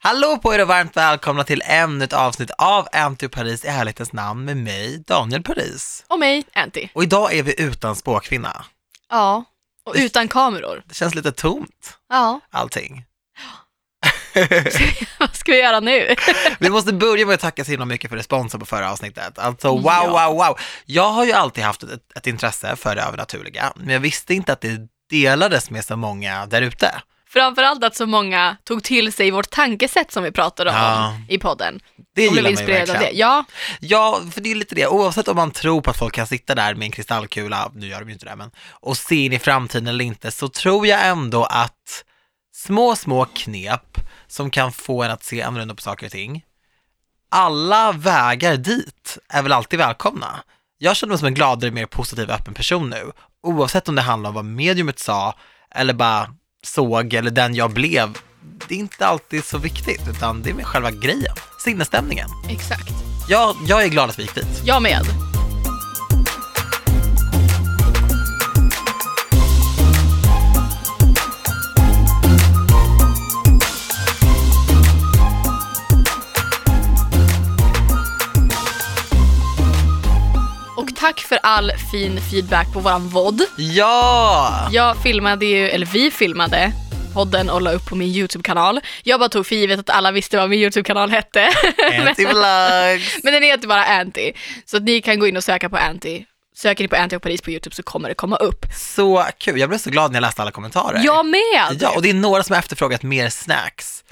Hallå på er och varmt välkomna till ännu ett avsnitt av Anty Paris i ärlighetens namn med mig, Daniel Paris. Och mig, Anty. Och idag är vi utan spåkvinna. Ja. Och utan kameror. Det känns lite tomt, Ja. allting. Vad ska vi göra nu? Vi måste börja med att tacka så himla mycket för responsen på förra avsnittet. Alltså wow, Ja. wow, wow. Jag har ju alltid haft ett, ett intresse för det övernaturliga, men jag visste inte att det delades med så många där ute. Framförallt att så många tog till sig vårt tankesätt som vi pratade om Ja. i podden. Det och gillar blev man ju inspirerade av verkligen. det. Ja, Ja, för det är lite det. Oavsett om man tror på att folk kan sitta där med en kristallkula, nu gör de ju inte det, men och se in i framtiden eller inte, så tror jag ändå att små, små knep som kan få en att se annorlunda på saker och ting, alla vägar dit är väl alltid välkomna. Jag känner mig som en gladare, mer positiv, öppen person nu, oavsett om det handlar om vad mediumet sa eller bara såg eller den jag blev. Det är inte alltid så viktigt, utan det är med själva grejen, sinnesstämningen. exakt. Jag, jag är glad att vi gick dit. Jag med. Och tack för all fin feedback på våran VOD. Ja! Jag filmade ju, eller vi filmade podden och la upp på min YouTube-kanal. Jag bara tog för givet att alla visste vad min YouTube-kanal hette. Antivlogs! Men den heter bara Anty. Så att ni kan gå in och söka på Anty. Söker ni på Anty och Paris på YouTube så kommer det komma upp. Så kul, jag blev så glad när jag läste alla kommentarer. Jag med! Ja, Ja. och det är några som har efterfrågat mer snacks.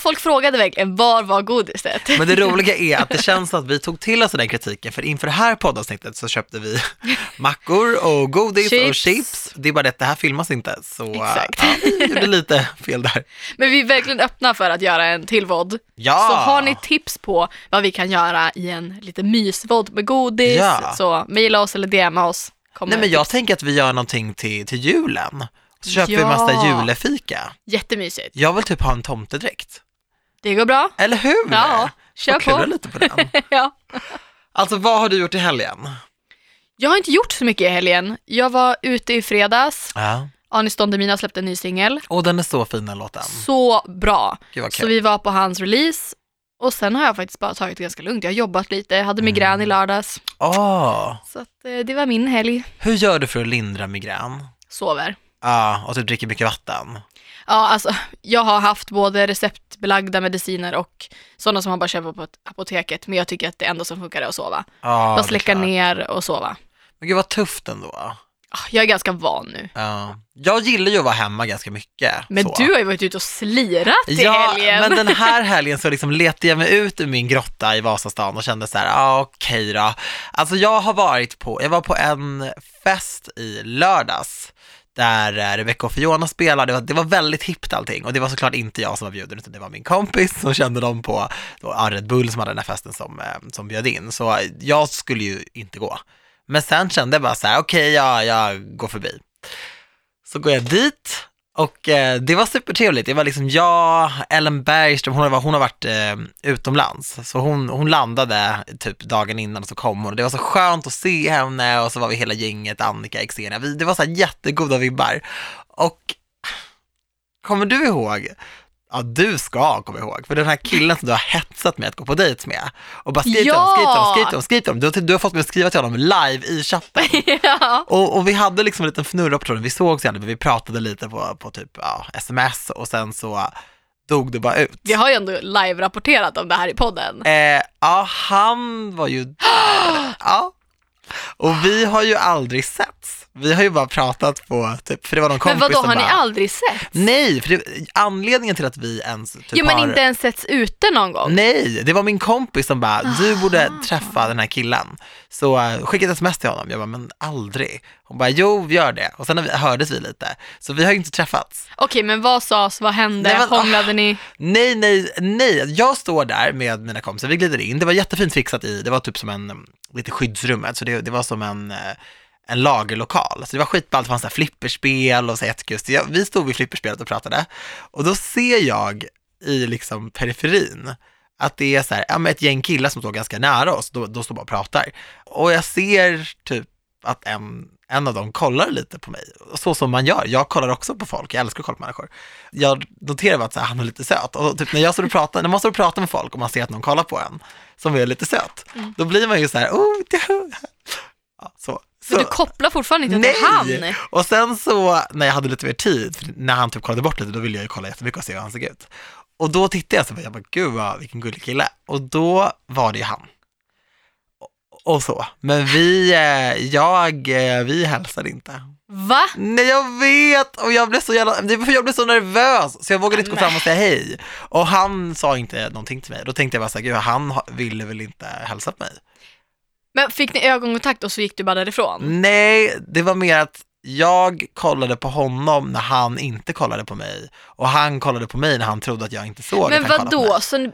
folk frågade verkligen var var godiset? Men det roliga är att det känns som att vi tog till oss den kritiken, för inför det här poddavsnittet så köpte vi mackor och godis och Chips. chips. Det är bara det att det här filmas inte, så äh, Exakt. ja, vi gjorde lite fel där. Men vi är verkligen öppna för att göra en till vod. Ja! Så har ni tips på vad vi kan göra i en lite mysvod med godis, Ja. så mejla oss eller DMa oss. Kommer Nej men jag tänker att vi gör någonting till, till julen. Så köper vi en massa Ja. julefika. Jättemysigt. Jag vill typ ha en tomtedräkt. Det går bra. Eller hur? Ja, kör Och klura på. lite på den. ja. Alltså vad har du gjort i helgen? Jag har inte gjort så mycket i helgen. Jag var ute i fredags. Ja. Anis Don Demina släppte en ny singel. Och den är så fin den låten. Så bra. Gud vad Så kul. vi var på hans release och sen har jag faktiskt bara tagit det ganska lugnt. Jag har jobbat lite, jag hade Mm. migrän i lördags. Åh, Så att, eh, det var min helg. hur gör du för att lindra migrän? Sover. Ja, och du dricker mycket vatten. Ja, alltså, jag har haft både receptbelagda mediciner och sådana som man bara köper på ett- apoteket, men jag tycker att det enda som funkar är att sova. Ja, bara det är släcka klart. ner och sova. Men gud vad tufft ändå. Ah, Jag är ganska van nu. Ja. Jag gillar ju att vara hemma ganska mycket. Men så. du har ju varit ute och slirat i ja, helgen. men den här helgen så liksom letade jag mig ut ur min grotta i Vasastan och kände så här, ah, okej då. Alltså jag har varit på, jag var på en fest i lördags där eh, Rebecca och Fiona spelade, det var, det var väldigt hippt allting och det var såklart inte jag som var bjuden utan det var min kompis som kände dem på då, ja, Red Bull som hade den här festen som, eh, som bjöd in. Så eh, jag skulle ju inte gå. Men sen kände jag bara så här, okej ja, jag går förbi. Så går jag dit och eh, det var supertrevligt. Det var liksom jag, Ellen Bergström, hon har, hon har varit eh, utomlands. Så hon, hon landade typ dagen innan och så kom hon. Det var så skönt att se henne och så var vi hela gänget, Annika, Exenia. Vi, det var så här jättegoda vibbar. Och kommer du ihåg? Ja, du ska komma ihåg. För den här killen som du har hetsat med att gå på dejt med och bara skriv till Ja! honom, skriv till honom, skriv till honom, skriv till honom. Du, har- du har fått mig att skriva till honom live i chatten. ja. Och, och vi hade liksom en liten fnurra på tråden, vi såg sen, men vi pratade lite på, på typ ja, sms och sen så dog det bara ut. Vi har ju ändå live-rapporterat om det här i podden. Eh, ja, han var ju där. ja. Och vi har ju aldrig setts. Vi har ju bara pratat på, typ, för det var någon kompis Men vadå, som har ni bara, aldrig sett? Nej, för det, anledningen till att vi ens typ jo men har... inte ens setts ute någon gång. Nej, det var min kompis som bara, du borde träffa den här killen. Så uh, skickade ett sms till honom, jag bara, men aldrig. Hon bara, jo vi gör det. Och sen har vi, hördes vi lite. Så vi har ju inte träffats. Okej men vad sades, vad hände, Nej, men- Ah, hånglade ni? Nej, nej, nej. Jag står där med mina kompisar, vi glider in. Det var jättefint fixat i, det var typ som en, um, lite skyddsrummet, så det, det var som en, eh, en lagerlokal. Så det var skitballt, det fanns så här flipperspel och så jättekul. Så jag, vi stod vid flipperspelet och pratade. Och då ser jag i liksom periferin att det är så här, ja, men ett gäng killar som står ganska nära oss, då, då står bara och pratar. Och jag ser typ att en en av dem kollar lite på mig, så som man gör. Jag kollar också på folk, jag älskar att kolla på människor. Jag noterade att så här, han är lite söt och typ när jag står och pratar, när man står och pratar med folk och man ser att någon kollar på en som är lite söt, då blir man ju så här, oh, det- ja, så. För så. du kopplar fortfarande inte att det är han. Nej! Och sen så, när jag hade lite mer tid, för när han typ kollade bort lite, då ville jag ju kolla jättemycket och se hur han såg ut. Och då tittade jag så här, jag bara, gud vad, vilken gullig kille. Och då var det ju han. Och- Och så. Men vi, eh, jag, eh, vi hälsade inte. Va? Nej jag vet! Och jag blev så jävla, det var för jag blev så nervös så jag vågade inte gå Nej. fram och säga hej. Och han sa inte någonting till mig. Då tänkte jag bara så här, gud han ha- ville väl inte hälsa på mig. Men fick ni ögonkontakt och så gick du bara därifrån? Nej, det var mer att jag kollade på honom när han inte kollade på mig och han kollade på mig när han trodde att jag inte såg Men att han kollade vad på mig. då? Så ni,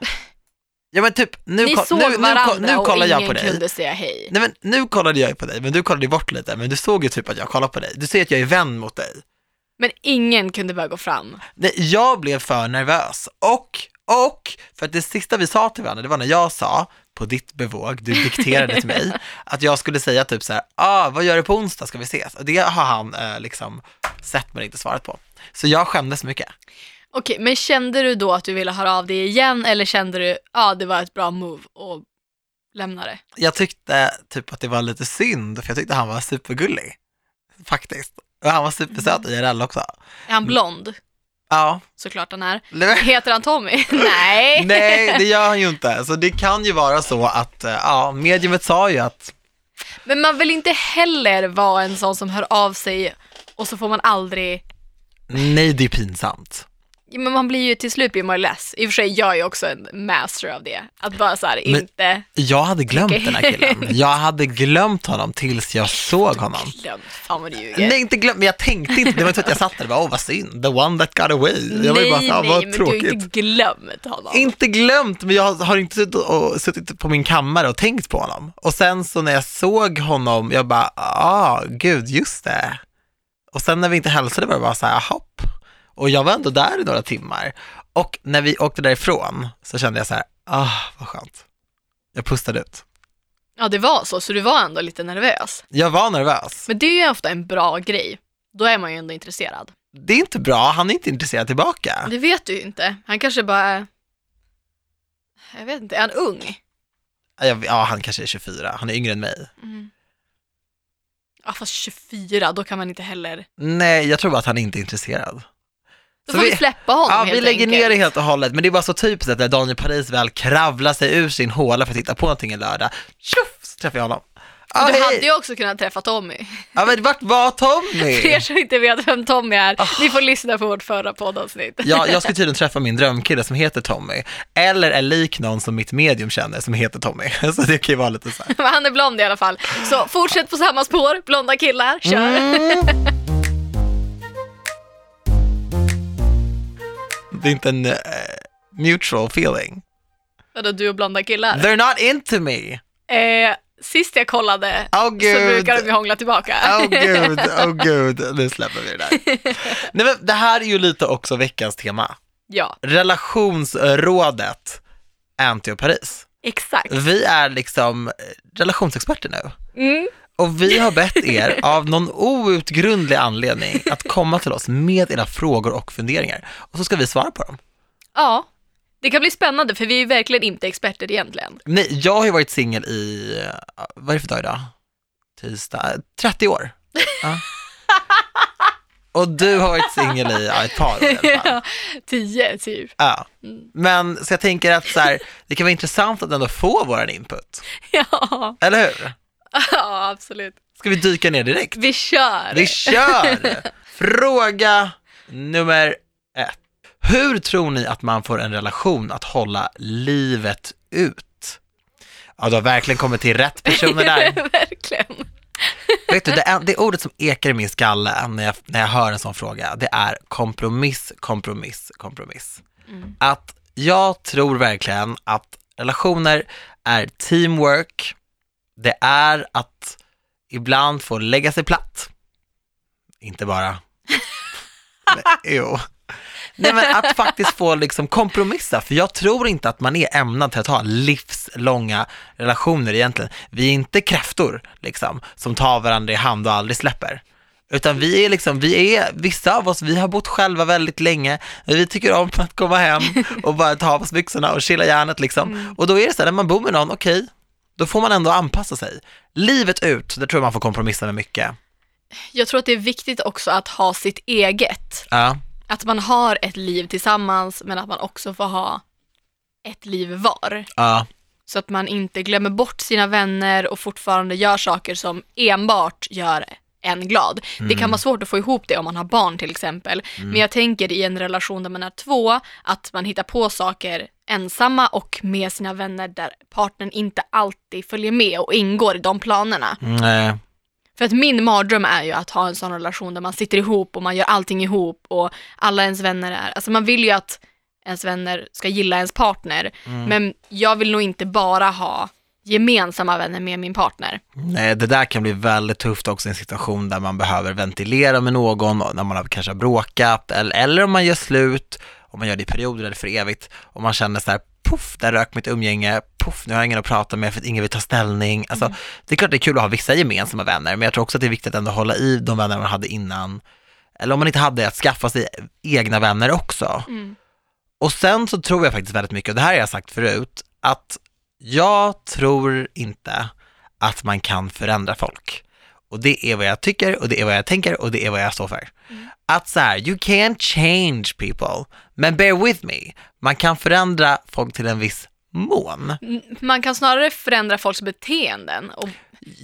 Ja men typ, nu, ni ko- såg nu, nu, ko- varandra nu kollar och jag på ingen dig. kunde säga hej? Nej men nu kollade jag ju på dig, men du kollade ju bort lite, men du såg ju typ att jag kollade på dig. Du ser att jag är vän mot dig. Men ingen kunde bara gå fram. Nej, jag blev för nervös och, och, för att det sista vi sa till varandra, det var när jag sa, på ditt bevåg, du dikterade till mig, att jag skulle säga typ så här, ah, vad gör du på onsdag, ska vi ses? Och det har han eh, liksom sett men inte svarat på. Så jag skämdes mycket. Okej, men kände du då att du ville höra av dig igen eller kände du att ah, det var ett bra move och lämna det? Jag tyckte typ att det var lite synd, för jag tyckte han var supergullig, faktiskt. Och han var supersöt IRL också. Är Mm. han blond? Ja, Såklart han är. Nej, Heter han Tommy? Nej. nej, det gör han ju inte. Så det kan ju vara så att, eh, ja, mediumet sa ju att Men man vill inte heller vara en sån som hör av sig och så får man aldrig nej, det är pinsamt. Ja, men man blir ju till slut blir man ju less. I och för sig, jag är ju också en master av det. Att bara så här, Men- inte Jag hade glömt den här Okej. killen. Jag hade glömt honom tills jag såg honom. glömt. Fan vad du ljuger. Nej, inte glömt, men jag tänkte inte. Det var inte så att jag satt där och bara, åh vad synd, the one that got away. Jag var ju bara, nej, "Fan, nej, vad men du har ju tråkigt. inte glömt honom. Inte glömt, men jag har inte suttit, och, suttit på min kammare och tänkt på honom. Och sen så när jag såg honom, jag bara, ah, gud, just det. Och sen när vi inte hälsade var det bara så här, hopp. Och jag var ändå där i några timmar. Och när vi åkte därifrån så kände jag så här, ah, vad skönt. Jag pustade ut. Ja, det var så, så du var ändå lite nervös. Jag var nervös. Men det är ju ofta en bra grej. Då är man ju ändå intresserad. det är inte bra, han är inte intresserad tillbaka. Det vet du ju inte. Han kanske bara är... Jag vet inte, är han ung? Ja, jag- Ja, han kanske är 24, han är yngre än mig. Ja, fast 24, då kan man inte heller... Nej, jag tror bara att han är inte är intresserad. Då Så får vi, vi- släppa honom Ja, helt vi lägger enkelt. ner det helt och hållet, men det är bara så typiskt att när Daniel Paris väl kravlar sig ur sin håla för att titta på någonting en lördag, tjoff, så träffar jag honom. Ja, Du hej. hade ju också kunnat träffa Tommy. ja men vart var För er Tommy? som inte vet vem Tommy är, Ah. ni får lyssna på vårt förra poddavsnitt. Ja, jag ska tydligen träffa min drömkille som heter Tommy, eller är lik någon som mitt medium känner som heter Tommy. Så det kan ju vara lite så här. Men han är blond i alla fall. Så fortsätt på samma spår, blonda killar, Mm. kör. Det är inte en eh, mutual feeling. Vadå, du och blonda killar? They're not into me. Eh, sist jag kollade Åh så Ah, gud. brukar de ju hångla tillbaka. Åh gud, åh gud, nu släpper vi det där. Nej men det här är ju lite också veckans tema. Ja, Relationsrådet Anty och Paris. exakt. Vi är liksom eh, relationsexperter nu. Mm. Och vi har bett er av någon outgrundlig anledning att komma till oss med era frågor och funderingar. Och så ska vi svara på dem. Ja, det kan bli spännande för vi är ju verkligen inte experter egentligen. Nej, jag har ju varit singel i, eh, vad är det för dag idag? Tisdag? Eh, 30 år. Ja. Och du har varit singel i ja, ett par år i alla fall. Tio, typ. Ja. Men så jag tänker att så här, det kan vara intressant att ändå få våran input, Ja. eller hur? ja, absolut. Ska vi dyka ner direkt? Vi kör. Vi kör! Fråga nummer ett. Hur tror ni att man får en relation att hålla livet ut? Ja, du har verkligen kommit till rätt personer där. verkligen. Vet du, det, är- det ordet som ekar i min skalle när jag, när jag hör en sån fråga, det är kompromiss, kompromiss, kompromiss. Att jag tror verkligen att relationer är teamwork, det är att ibland få lägga sig platt. Inte bara. Men, jo. Nej, men att faktiskt få liksom kompromissa, för jag tror inte att man är ämnad till att ha livslånga relationer egentligen. Vi är inte kräftor liksom, som tar varandra i hand och aldrig släpper. Utan vi är liksom, vi är, vissa av oss, vi har bott själva väldigt länge, vi tycker om att komma hem och bara ta av oss byxorna och chilla hjärnet liksom. Och då är det så här, när man bor med någon, okej, då får man ändå anpassa sig. Livet ut, det tror jag man får kompromissa med mycket. Jag tror att det är viktigt också att ha sitt eget. Ja, Att man har ett liv tillsammans men att man också får ha ett liv var. ja, Så att man inte glömmer bort sina vänner och fortfarande gör saker som enbart gör en glad. Det kan vara svårt att få ihop det om man har barn till exempel. Men jag tänker i en relation där man är två, att man hittar på saker ensamma och med sina vänner där partnern inte alltid följer med och ingår i de planerna. nej, För att min mardröm är ju att ha en sån relation där man sitter ihop och man gör allting ihop och alla ens vänner är, alltså man vill ju att ens vänner ska gilla ens partner, men jag vill nog inte bara ha gemensamma vänner med min partner. nej, Eh, det där kan bli väldigt tufft också i en situation där man behöver ventilera med någon, när man har kanske har bråkat, eller, eller om man gör slut, om man gör det i perioder eller för evigt, och man känner så här, poff, där rök mitt umgänge, poff, nu har jag ingen att prata med för att ingen vill ta ställning. Alltså, Det är klart det är kul att ha vissa gemensamma vänner, men jag tror också att det är viktigt att ändå hålla i de vänner man hade innan, eller om man inte hade, att skaffa sig egna vänner också. Och sen så tror jag faktiskt väldigt mycket, och det här har jag sagt förut, att jag tror inte att man kan förändra folk. Och det är vad jag tycker och det är vad jag tänker och det är vad jag står för. Mm. Att så här, you can't change people, men bear with me. Man kan förändra folk till en viss mån. N- Man kan snarare förändra folks beteenden och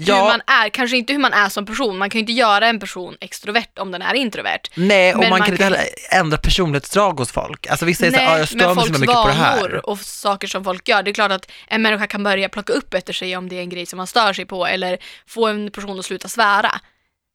hur man är, kanske inte hur man är som person, man kan ju inte göra en person extrovert om den är introvert. Nej, och Men man, man kan inte kan- heller ändra personlighetsdrag hos folk. Alltså vissa är så här, "Ah, jag stör mig så mycket på det här. och saker som folk gör, det är klart att en människa kan börja plocka upp efter sig om det är en grej som man stör sig på eller få en person att sluta svära.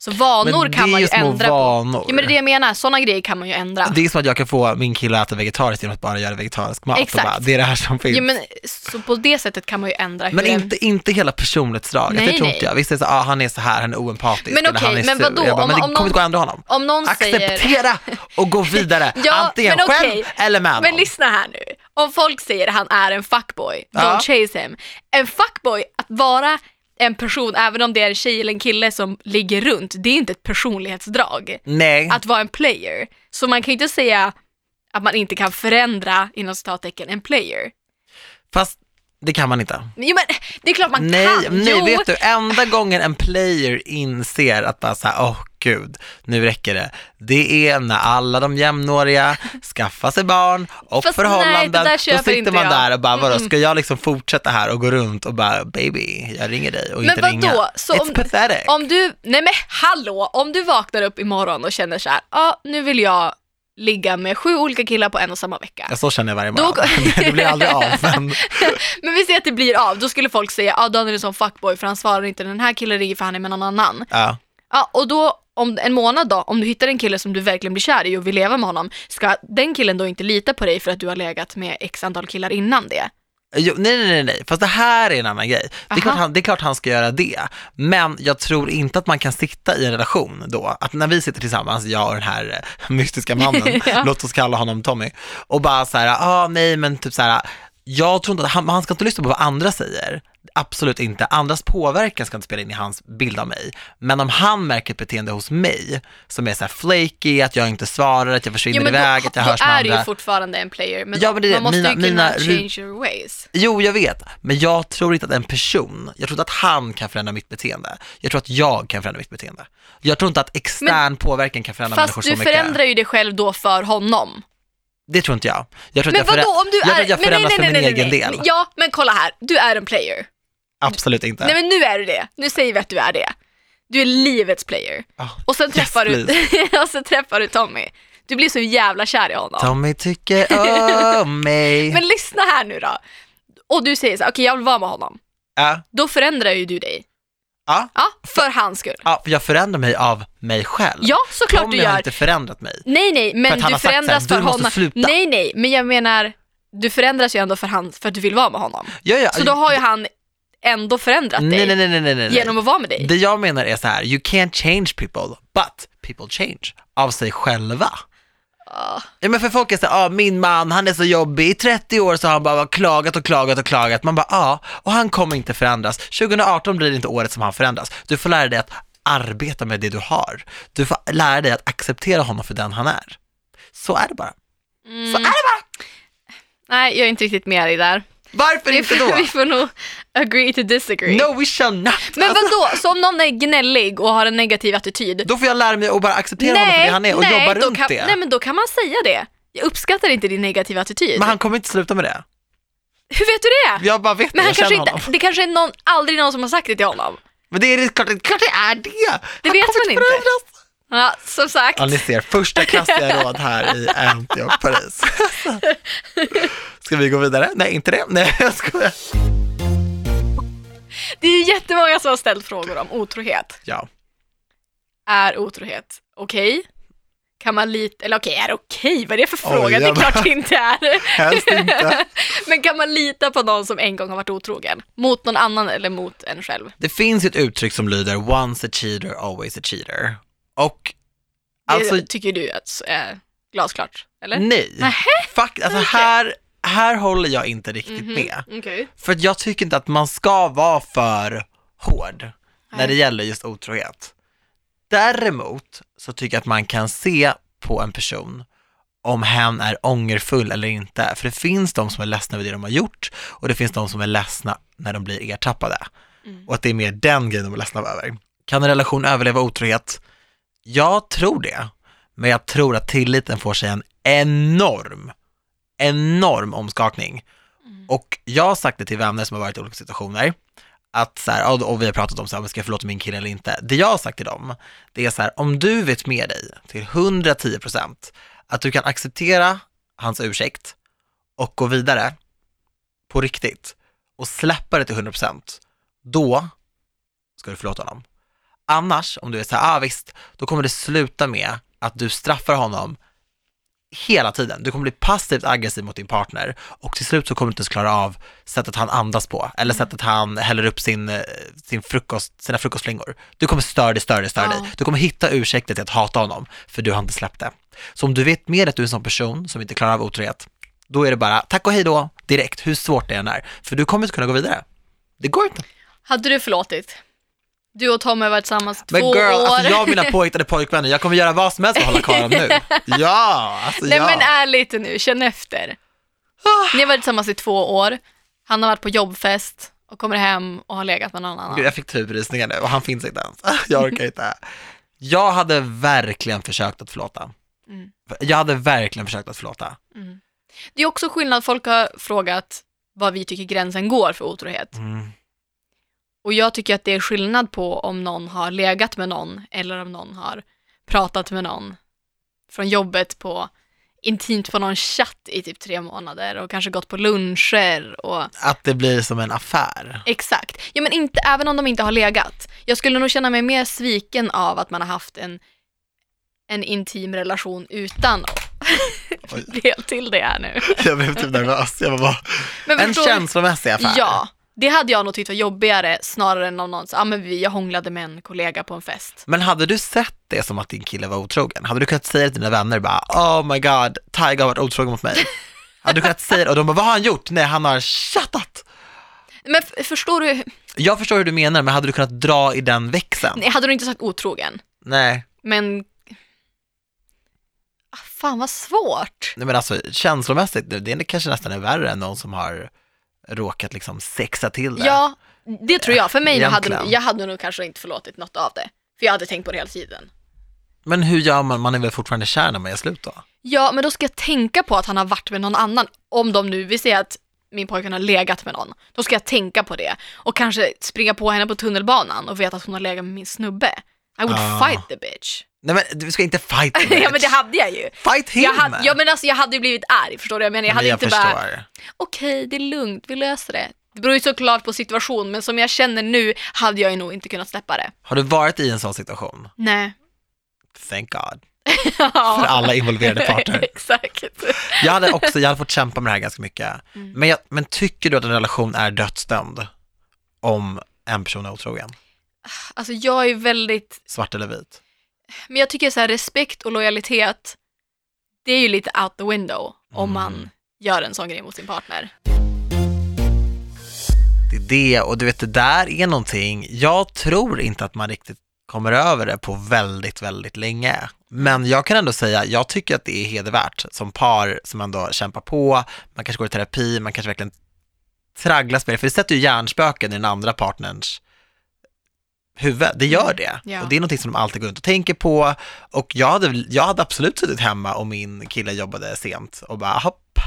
Så vanor Men det är kan man ju ju små ändra vanor. på. Ja, men det är det jag menar, sådana grejer kan man ju ändra. Det är som att jag kan få min kille att äta vegetariskt genom att bara göra vegetarisk mat. Exakt. Och bara, det är det här som finns. Ja, men, så på det sättet kan man ju ändra Men hur en- inte, inte hela personlighetsdraget, Ehm. Nej, det tror nej. inte jag. Visst är det så, ah, han är så här, han är oempatisk, Men eller okej, han är men sur. vadå? jag bara, men Om- det om kommer någon- inte gå att ändra honom. Om någon säger... Acceptera och gå vidare, Ja, antingen men själv okej. eller med någon. Men lyssna här nu. Om folk säger att han är en fuckboy, don't Ja. chase him. En fuckboy, att vara en person, även om det är en tjej eller en kille som ligger runt, det är inte ett personlighetsdrag. Nej, att vara en player. Så man kan ju inte säga att man inte kan förändra, inom citattecken, en player. fast det kan man inte. Men, jo, men det är klart man Nej, kan. nej jo, vet du, enda gången en player inser att bara så här, åh gud, nu räcker det. Det är när alla de jämnåriga skaffar sig barn och Fast nej, det förhållanden. där Då köper inte sitter man jag. där och bara, vadå, ska jag liksom fortsätta här och gå runt och bara, baby, jag ringer dig och Men inte vadå? ringa. Så It's om- pathetic. Om du, nej men hallå, om du vaknar upp imorgon och känner så här, ja nu vill jag ligga med sju olika killar på en och samma vecka. Ja, så känner jag varje Då- morgon. det blir aldrig av. Men, Men vi säger att det blir av, då skulle folk säga, ja Daniel är en sån fuckboy för han svarar inte, den här killen ringer för han är med någon annan. ja. Ja, och då om en månad då, om du hittar en kille som du verkligen blir kär i och vill leva med honom, ska den killen då inte lita på dig för att du har legat med x antal killar innan det? jo, nej, nej, nej, nej, fast det här är en annan grej. Det är, Aha. klart han, det är klart han ska göra det, men jag tror inte att man kan sitta i en relation då, att när vi sitter tillsammans, jag och den här eh, mystiska mannen, Ja. låt oss kalla honom Tommy, och bara så här, ah, nej, men typ så här, jag tror inte att han, han ska inte lyssna på vad andra säger. Absolut inte. Andras påverkan ska inte spela in i hans bild av mig. Men om han märker ett beteende hos mig som är så här flaky, att jag inte svarar, att jag försvinner Jo, men iväg, att jag då hörs med är andra. du ju fortfarande en player, men, Ja, men det är det. man måste Mina- ju kunna mina- change your ways. Jo, jag vet, men jag tror inte att en person, jag tror inte att han kan förändra mitt beteende. Jag tror att jag kan förändra mitt beteende. Jag tror inte att extern påverkan kan förändra människor Fast så du mycket. förändrar ju dig själv då för honom. Det tror inte jag. Jag tror Men att jag, vadå förä- om du jag, tror är... att jag men förändras för min egen del. Men- Ja, men kolla här, du är en player. Absolut inte. Nej men nu är du det, nu säger vi att du är det. Du är livets player. Ah, Och sen yes, träffar, please. du, och sen träffar du Tommy. Du blir så jävla kär i honom. Tommy tycker om mig. Men lyssna här nu då. Och du säger så här, okej jag vill vara med honom. Ja, Då förändrar ju du dig. ja, Ja, för hans skull. ja, för jag förändrar mig av mig själv. Ja, såklart Tommy du har gör. inte förändrat mig. Nej, nej, För att men han du har sagt så här, förändras "Du för måste honom. sluta." Nej, nej, men jag menar, du förändras ju ändå för, han, för att du vill vara med honom. Ja, ja, Så då har ju han ändå förändrat dig Alltså, nej, nej, nej, nej, nej, nej. genom att vara med dig. Det jag menar är så här, you can't change people, but people change av sig själva. Ah, Ja, men för folk är så här, ah, min man, han är så jobbig, i 30 år så har han bara klagat och klagat och klagat. Man bara, ja, ah, och han kommer inte förändras. 2018 blir inte året som han förändras. Du får lära dig att arbeta med det du har. Du får lära dig att acceptera honom för den han är. Så är det bara. mm. Så är det bara. Nej, jag är inte riktigt med dig där. Varför Vi inte får, då? vi får nog agree to disagree. No, we shall not. Men Alltså, vadå, så om någon är gnällig och har en negativ attityd, då får jag lära mig att bara acceptera honom för det han är och nej, jobba då runt kan, det. Nej, men då kan man säga det. Jag uppskattar inte din negativa attityd. Men han kommer inte sluta med det. Hur vet du det? Jag bara vet det, men han jag känner kanske inte, honom. det kanske är någon, aldrig någon som har sagt det till honom. Men det är klart, det- klart det är det. Det han vet kommer inte man inte. förändras. Ja, som sagt. Ja, ni ser, första klassiga råd här i Antioch, Paris. Ska vi gå vidare? Nej, inte det. Nej, jag skojar. Det är jättemånga som har ställt frågor om otrohet. Ja, Är otrohet okej? Kan man lita, eller okej, är det okej? Vad är det för fråga? det är jävlar. klart det inte är. helst inte. Men kan man lita på någon som en gång har varit otrogen? Mot någon annan eller mot en själv? Det finns ett uttryck som lyder “once a cheater, always a cheater”. Och alltså, det tycker du att är glasklart, eller? nej. Fuck, alltså här, här håller jag inte riktigt Mhm. med. Okej. För att jag tycker inte att man ska vara för hård när det gäller just otrohet. Däremot så tycker jag att man kan se på en person om hen är ångerfull eller inte. För det finns de som är ledsna över det de har gjort och det finns de som är ledsna när de blir ertappade. Och att det är mer den grejen de är ledsna över. Kan en relation överleva otrohet? Jag tror det. Men jag tror att tilliten får sig en enorm, enorm omskakning. Och jag har sagt det till vänner som har varit i olika situationer, att så här, och- och vi har pratat om så här, men ska jag förlåta min kille eller inte? Det jag har sagt till dem, det är så här, om du vet med dig till 110% att du kan acceptera hans ursäkt och gå vidare på riktigt och släppa det till 100%, då ska du förlåta honom. Annars, om du är så här, ah visst, då kommer det sluta med att du straffar honom hela tiden. Du kommer bli passivt aggressiv mot din partner och till slut så kommer du inte ens klara av sättet han andas på eller sättet han häller upp sin, eh, sin frukost, sina frukostflingor. Du kommer störa dig, störa dig, störa Ja. dig. Du kommer hitta ursäkter till att hata honom för du har inte släppt det. Så om du vet mer att du är en sån person som inte klarar av otrohet, då är det bara tack och hej då direkt, hur svårt det än är. För du kommer inte kunna gå vidare. Det går inte. Hade du förlåtit? Du och Tom har varit tillsammans Men två girl, år. alltså jag och mina påhittade pojkvänner, jag kommer göra vad som helst för att hålla kvar dem nu. Ja, alltså Nej ja. Ah. men ärligt nu, känn efter. Ni har varit tillsammans i två år, han har varit på jobbfest och kommer hem och har legat med någon Gud, annan. jag fick tubrysningar nu och han finns inte ens. Jag orkar inte. Jag hade verkligen försökt att förlåta. Mm. Jag hade verkligen försökt att förlåta. Det är också skillnad, folk har frågat vad vi tycker gränsen går för otrohet. Mm. Och jag tycker att det är skillnad på om någon har legat med någon eller om någon har pratat med någon från jobbet på intimt på någon chatt i typ tre månader och kanske gått på luncher och Att det blir som en affär. Exakt. Ja, men inte, även om de inte har legat. Jag skulle nog känna mig mer sviken av att man har haft en, en intim relation utan... Oj. Del till det här nu. Jag blev typ nervös. Jag bara, Men en förstår du? känslomässig affär. Ja, det hade jag nog tyckt var jobbigare snarare än om någon sa, ah, men vi, jag hånglade med en kollega på en fest. Men hade du sett det som att din kille var otrogen? Hade du kunnat säga till dina vänner bara, oh my god, Tiger har varit otrogen mot mig? Hade du kunnat säga det? Och de bara, vad har han gjort? Nej, han har chattat. Men f- förstår du, Jag förstår hur du menar, men hade du kunnat dra i den växeln? nej, hade du inte sagt otrogen, Nej. men... Ah, Fan vad svårt. Nej men alltså känslomässigt, det det är kanske nästan är värre än någon som har råkat liksom sexa till det. Ja, det tror jag. För mig hade, Egentligen. jag hade nog kanske inte förlåtit något av det. För jag hade tänkt på det hela tiden. Men hur gör man? Man är väl fortfarande kär när man gör slut då? Ja, men då ska jag tänka på att han har varit med någon annan. Om de nu, vi säger att min pojkvän har legat med någon, då ska jag tänka på det. Och kanske springa på henne på tunnelbanan och veta att hon har legat med min snubbe. I would Ah. fight the bitch. Nej men du ska inte fight the ja, men bitch. det hade jag ju. Fight him! Jag hade, ja, men alltså, jag hade ju blivit arg, förstår du? Jag menar, jag hade Men inte förstår. bara, okej, det är lugnt, vi löser det. Det beror ju såklart på situation, men som jag känner nu hade jag ju nog inte kunnat släppa det. Har du varit i en sån situation? Nej. Thank God. För Ja. alla involverade parter. Exakt. Jag hade också, jag hade fått kämpa med det här ganska mycket. Mm. Men, jag, men tycker du att en relation är dödsdömd om en person är otrogen? Alltså jag är väldigt Svart eller vit? Men jag tycker så här, respekt och lojalitet, det är ju lite out the window om Mm. man gör en sån grej mot sin partner. Det är det och du vet det där är någonting, jag tror inte att man riktigt kommer över det på väldigt, väldigt länge. Men jag kan ändå säga, jag tycker att det är hedervärt som par som ändå kämpar på, man kanske går i terapi, man kanske verkligen tragglas med det, för det sätter ju hjärnspöken i den andra partnerns huvud, det gör det. ja. Och det är någonting som de alltid går runt och tänker på och jag hade, väl- jag hade absolut suttit hemma och min kille jobbade sent och bara, hopp,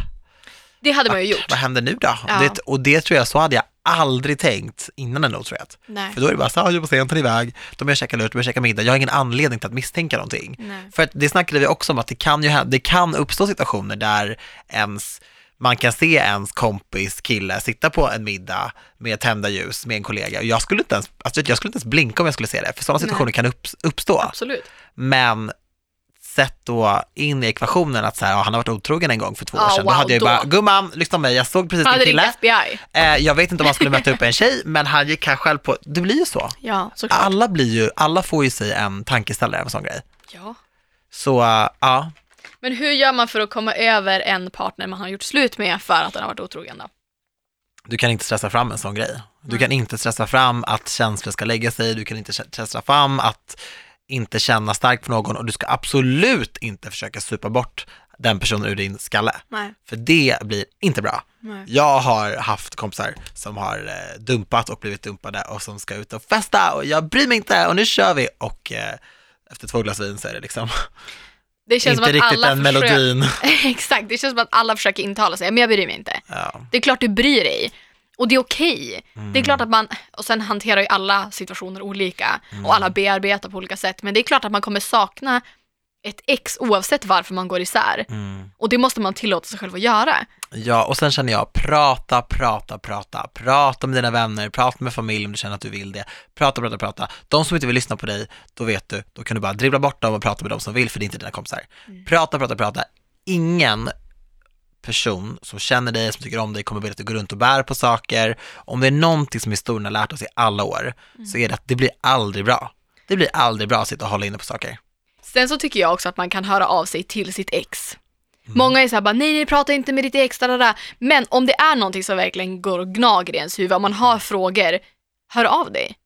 Det hade man ju gjort. vad händer nu då? Ja. Det, och det tror jag, så hade jag aldrig tänkt innan ändå tror jag. att- Nej. För då är det bara så här, "Ah, jag var sent, han är iväg, de börjar käka lunch, de börjar käka middag, jag har ingen anledning till att misstänka någonting. Nej. För att det snackade vi också om att det kan ju hända, det kan uppstå situationer där ens man kan se ens kompis kille sitta på en middag med tända ljus med en kollega. Jag skulle inte ens, alltså, jag skulle inte ens blinka om jag skulle se det, för sådana Nej. situationer kan upp, uppstå. Absolut. Men sätt då in i ekvationen att så här, ja, han har varit otrogen en gång för två år Ja, sedan. Ah, wow, då hade jag ju då. bara, gumman, lyssna på mig, jag såg precis Han din hade kille. ringt FBI. Eh, jag vet inte om han skulle möta upp en tjej, men han gick här själv på, det blir ju så. Ja, såklart. Alla blir ju, alla får ju sig en tankeställare av en sån grej. Ja. Så, eh, ja. Men hur gör man för att komma över en partner man har gjort slut med för att den har varit otrogen då? Du kan inte stressa fram en sån grej. Du Mm. kan inte stressa fram att känslor ska lägga sig, du kan inte stressa fram att inte känna starkt för någon och du ska absolut inte försöka supa bort den personen ur din skalle. Nej. För det blir inte bra. Nej. Jag har haft kompisar som har eh, dumpat och blivit dumpade och som ska ut och festa och jag bryr mig inte och nu kör vi och eh, efter två glas vin så är det liksom Det känns inte som att riktigt alla den försöker... melodin. Exakt, det känns som att alla försöker intala sig, men jag bryr mig inte. Ja. Det är klart du bryr dig. Och det är okej. Det är klart att man, och sen hanterar ju alla situationer olika och alla bearbetar på olika sätt. Men det är klart att man kommer sakna ett ex oavsett varför man går isär. Mm. Och det måste man tillåta sig själv att göra. ja, och sen känner jag prata, prata, prata, prata med dina vänner, prata med familj om du känner att du vill det, prata, prata, prata. De som inte vill lyssna på dig, då vet du, då kan du bara dribbla bort dem och prata med de som vill för det är inte dina kompisar. Prata, prata, prata. Ingen person som känner dig, som tycker om dig, kommer vilja att du går runt och bär på saker. Om det är någonting som historien har lärt oss i alla år, så är det att det blir aldrig bra. Det blir aldrig bra att sitta och hålla inne på saker. Sen så tycker jag också att man kan höra av sig till sitt ex. Många är såhär bara, nej nej prata inte med ditt ex, da, da, da. men om det är någonting som verkligen går och gnager i ens huvud, om man har frågor, hör av dig.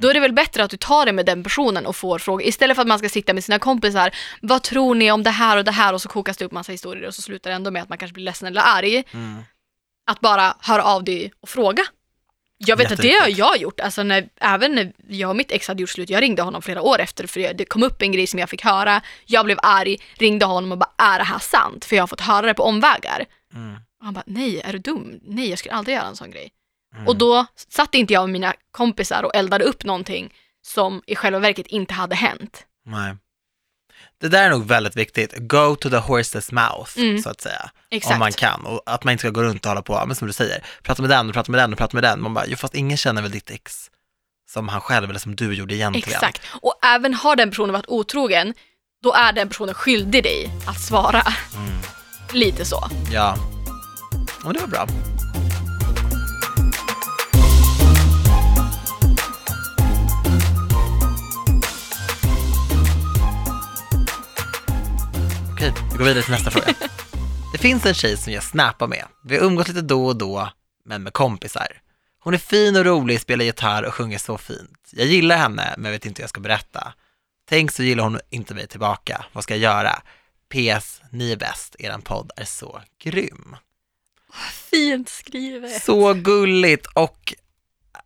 Då är det väl bättre att du tar det med den personen och får frågor, istället för att man ska sitta med sina kompisar, vad tror ni om det här och det här och så kokas det upp massa historier och så slutar det ändå med att man kanske blir ledsen eller arg. Mm, Att bara höra av dig och fråga. Jag vet att det har Jätteviktigt. jag gjort, alltså när, även när jag och mitt ex hade gjort slut, jag ringde honom flera år efter för det kom upp en grej som jag fick höra, jag blev arg, ringde honom och bara är det här sant? För jag har fått höra det på omvägar. mm, Och han bara nej, är du dum? Nej, jag skulle aldrig göra en sån grej. Och då satt inte jag med mina kompisar och eldade upp någonting som i själva verket inte hade hänt. Nej. Det där är nog väldigt viktigt. Go to the horse's mouth, Mm. så att säga. Exakt. Om man kan. Och att man inte ska gå runt och hålla på, men som du säger, prata med den och prata med den och prata med den. Man bara, jo fast ingen känner väl ditt ex som han själv eller som du gjorde egentligen. Exakt. Och även har den personen varit otrogen, då är den personen skyldig dig att svara. Lite så. Ja. Och det var bra. Okej, vi går vidare till nästa fråga. Det finns en tjej som jag snappar med. Vi har umgås lite då och då, men med kompisar. Hon är fin och rolig, spelar gitarr och sjunger så fint. Jag gillar henne, men vet inte hur jag ska berätta. Tänk så gillar hon inte mig tillbaka. Vad ska jag göra? PS, ni är bäst. Eran podd är så grym. Fint skrivet. Så gulligt och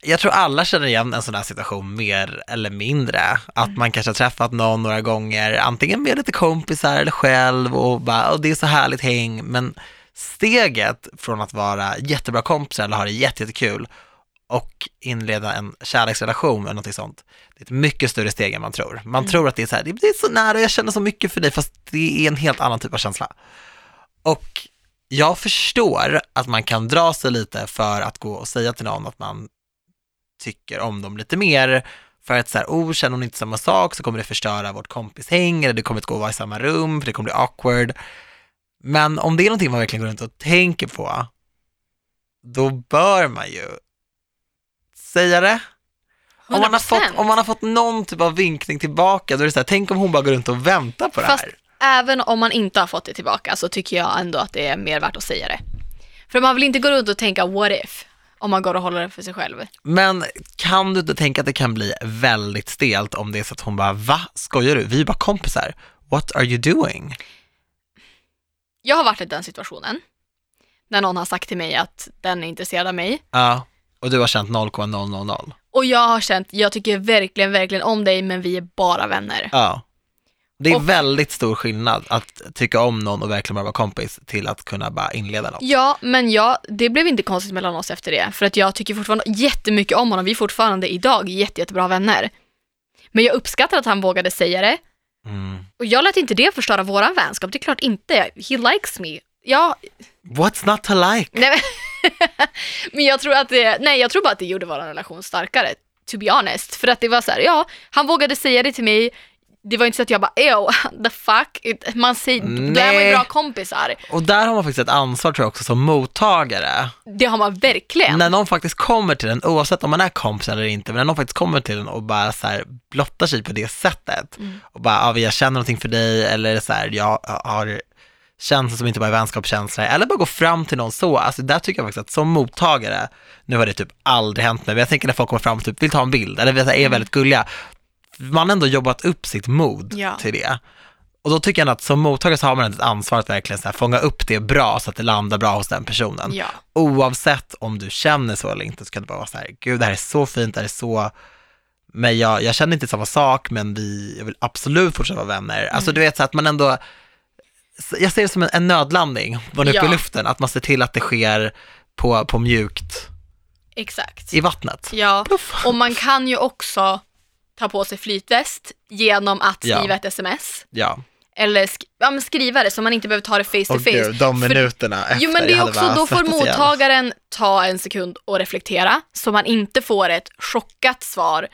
jag tror alla känner igen en sån här situation mer eller mindre. Att man kanske har träffat någon några gånger, antingen med lite kompisar eller själv och bara, och det är så härligt häng. Men steget från att vara jättebra kompisar eller ha det jätte- jättekul och inleda en kärleksrelation eller något sånt, det är ett mycket större steg än man tror. Man tror att det är så här, det är så nära, jag känner så mycket för dig, fast det är en helt annan typ av känsla. Och jag förstår att man kan dra sig lite för att gå och säga till någon att man tycker om dem lite mer. För att så här, oh, känner hon inte samma sak så kommer det förstöra vårt kompishäng eller det kommer inte gå att vara i samma rum för det kommer bli awkward. Men om det är någonting man verkligen går runt och tänker på, då bör man ju säga det. Om man, har fått, 100%. om man har fått någon typ av vinkning tillbaka, då är det så här, tänk om hon bara går runt och väntar på det Fast här. även om man inte har fått det tillbaka så tycker jag ändå att det är mer värt att säga det. För man vill inte gå runt och tänka what if, om man går och håller det för sig själv. Men kan du inte tänka att det kan bli väldigt stelt om det är så att hon bara, va? Skojar du? Vi är bara kompisar. What are you doing? Jag har varit i den situationen, när någon har sagt till mig att den är intresserad av mig. Ja, och du har känt 0,000. Och jag har känt, jag tycker verkligen, verkligen om dig men vi är bara vänner. Ja. Det är Och- väldigt stor skillnad att tycka om någon och verkligen bara vara kompis till att kunna bara inleda något. Ja, men ja, det blev inte konstigt mellan oss efter det. För att jag tycker fortfarande jättemycket om honom. Vi är fortfarande idag jätte, jättebra vänner. Men jag uppskattar att han vågade säga det. Mm. Och jag lät inte det förstöra våran vänskap. Det är klart inte. He likes me. Ja, What's not to like? nej men. men jag tror att det, nej jag tror bara att det gjorde vår relation starkare. To be honest. För att det var så här, ja, han vågade säga det till mig. Det var inte så att jag bara, ew, the fuck. Ut- Man säger, då är man Mm, Nej. ju bra kompisar. Och där har man faktiskt ett ansvar tror jag också som mottagare. Det har man verkligen. När någon faktiskt kommer till en, oavsett om man är kompis eller inte, men när någon faktiskt kommer till en och bara så här blottar sig på det sättet Mm. och bara, ja, jag känner någonting för dig eller så här, jag har känslor som inte bara är vänskapskänslor eller bara gå fram till någon så. Alltså där tycker jag faktiskt att som mottagare, nu har det typ aldrig hänt mig, men jag tänker när folk kommer fram och typ vill ta en bild eller vet jag, är Mm. väldigt gulliga, man har ändå jobbat upp sitt mod Ja. till det. Och då tycker jag ändå att som mottagare så har man ett ansvar att verkligen så här fånga upp det bra så att det landar bra hos den personen Ja. oavsett om du känner så eller inte, så kan det bara vara så här, gud det här är så fint, det här är så, men jag, jag känner inte samma sak, men vi, jag vill absolut fortsätta vara vänner. Alltså Mm. du vet så att man ändå, jag ser det som en, en nödlandning, man är uppe i Ja. luften, att man ser till att det sker på, på mjukt Exakt. i vattnet. Ja, Pluff. och man kan ju också ta på sig flytväst genom att Ja. skriva ett sms. Ja, Eller sk- ja, men skriva det så man inte behöver ta det face to och face. gud, de För- minuterna efter, Jo men det jag är hade också, bara då får svettats ihjäl. mottagaren ta en sekund och reflektera så man inte får ett chockat svar.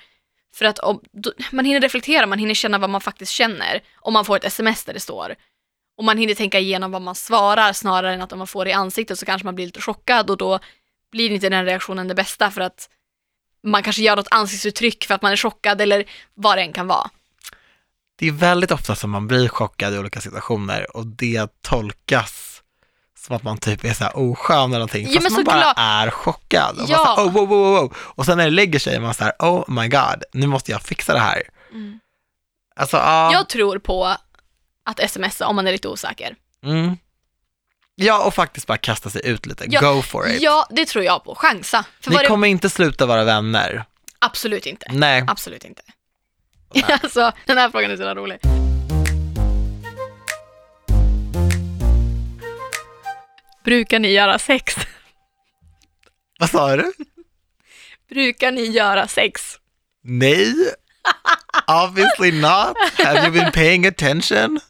För att om, då, man hinner reflektera, man hinner känna vad man faktiskt känner om man får ett sms där det står. Och man hinner tänka igenom vad man svarar snarare än att om man får det i ansiktet så kanske man blir lite chockad och då blir inte den reaktionen det bästa för att man kanske gör något ansiktsuttryck för att man är chockad eller vad det än kan vara. det är väldigt ofta som man blir chockad i olika situationer och det tolkas som att man typ är så här oskön eller någonting, Ja, fast men man bara såklart. är chockad. Och Ja. man så här, oh, wow, wow, wow. Och sen när det lägger sig är man så här, oh my god, nu måste jag fixa det här. Mm. Alltså, ja. Jag tror på att smsa om man är lite osäker. Mm. Ja, och faktiskt bara kasta sig ut lite, Ja, go for it. Ja, det tror jag på. Chansa. För Ni vad det kommer inte sluta vara vänner. Absolut inte. Nej, Absolut inte. alltså, den här frågan är så jävla rolig. Brukar ni göra sex? vad sa du? Brukar ni göra sex? Nej, obviously not. Have you been paying attention?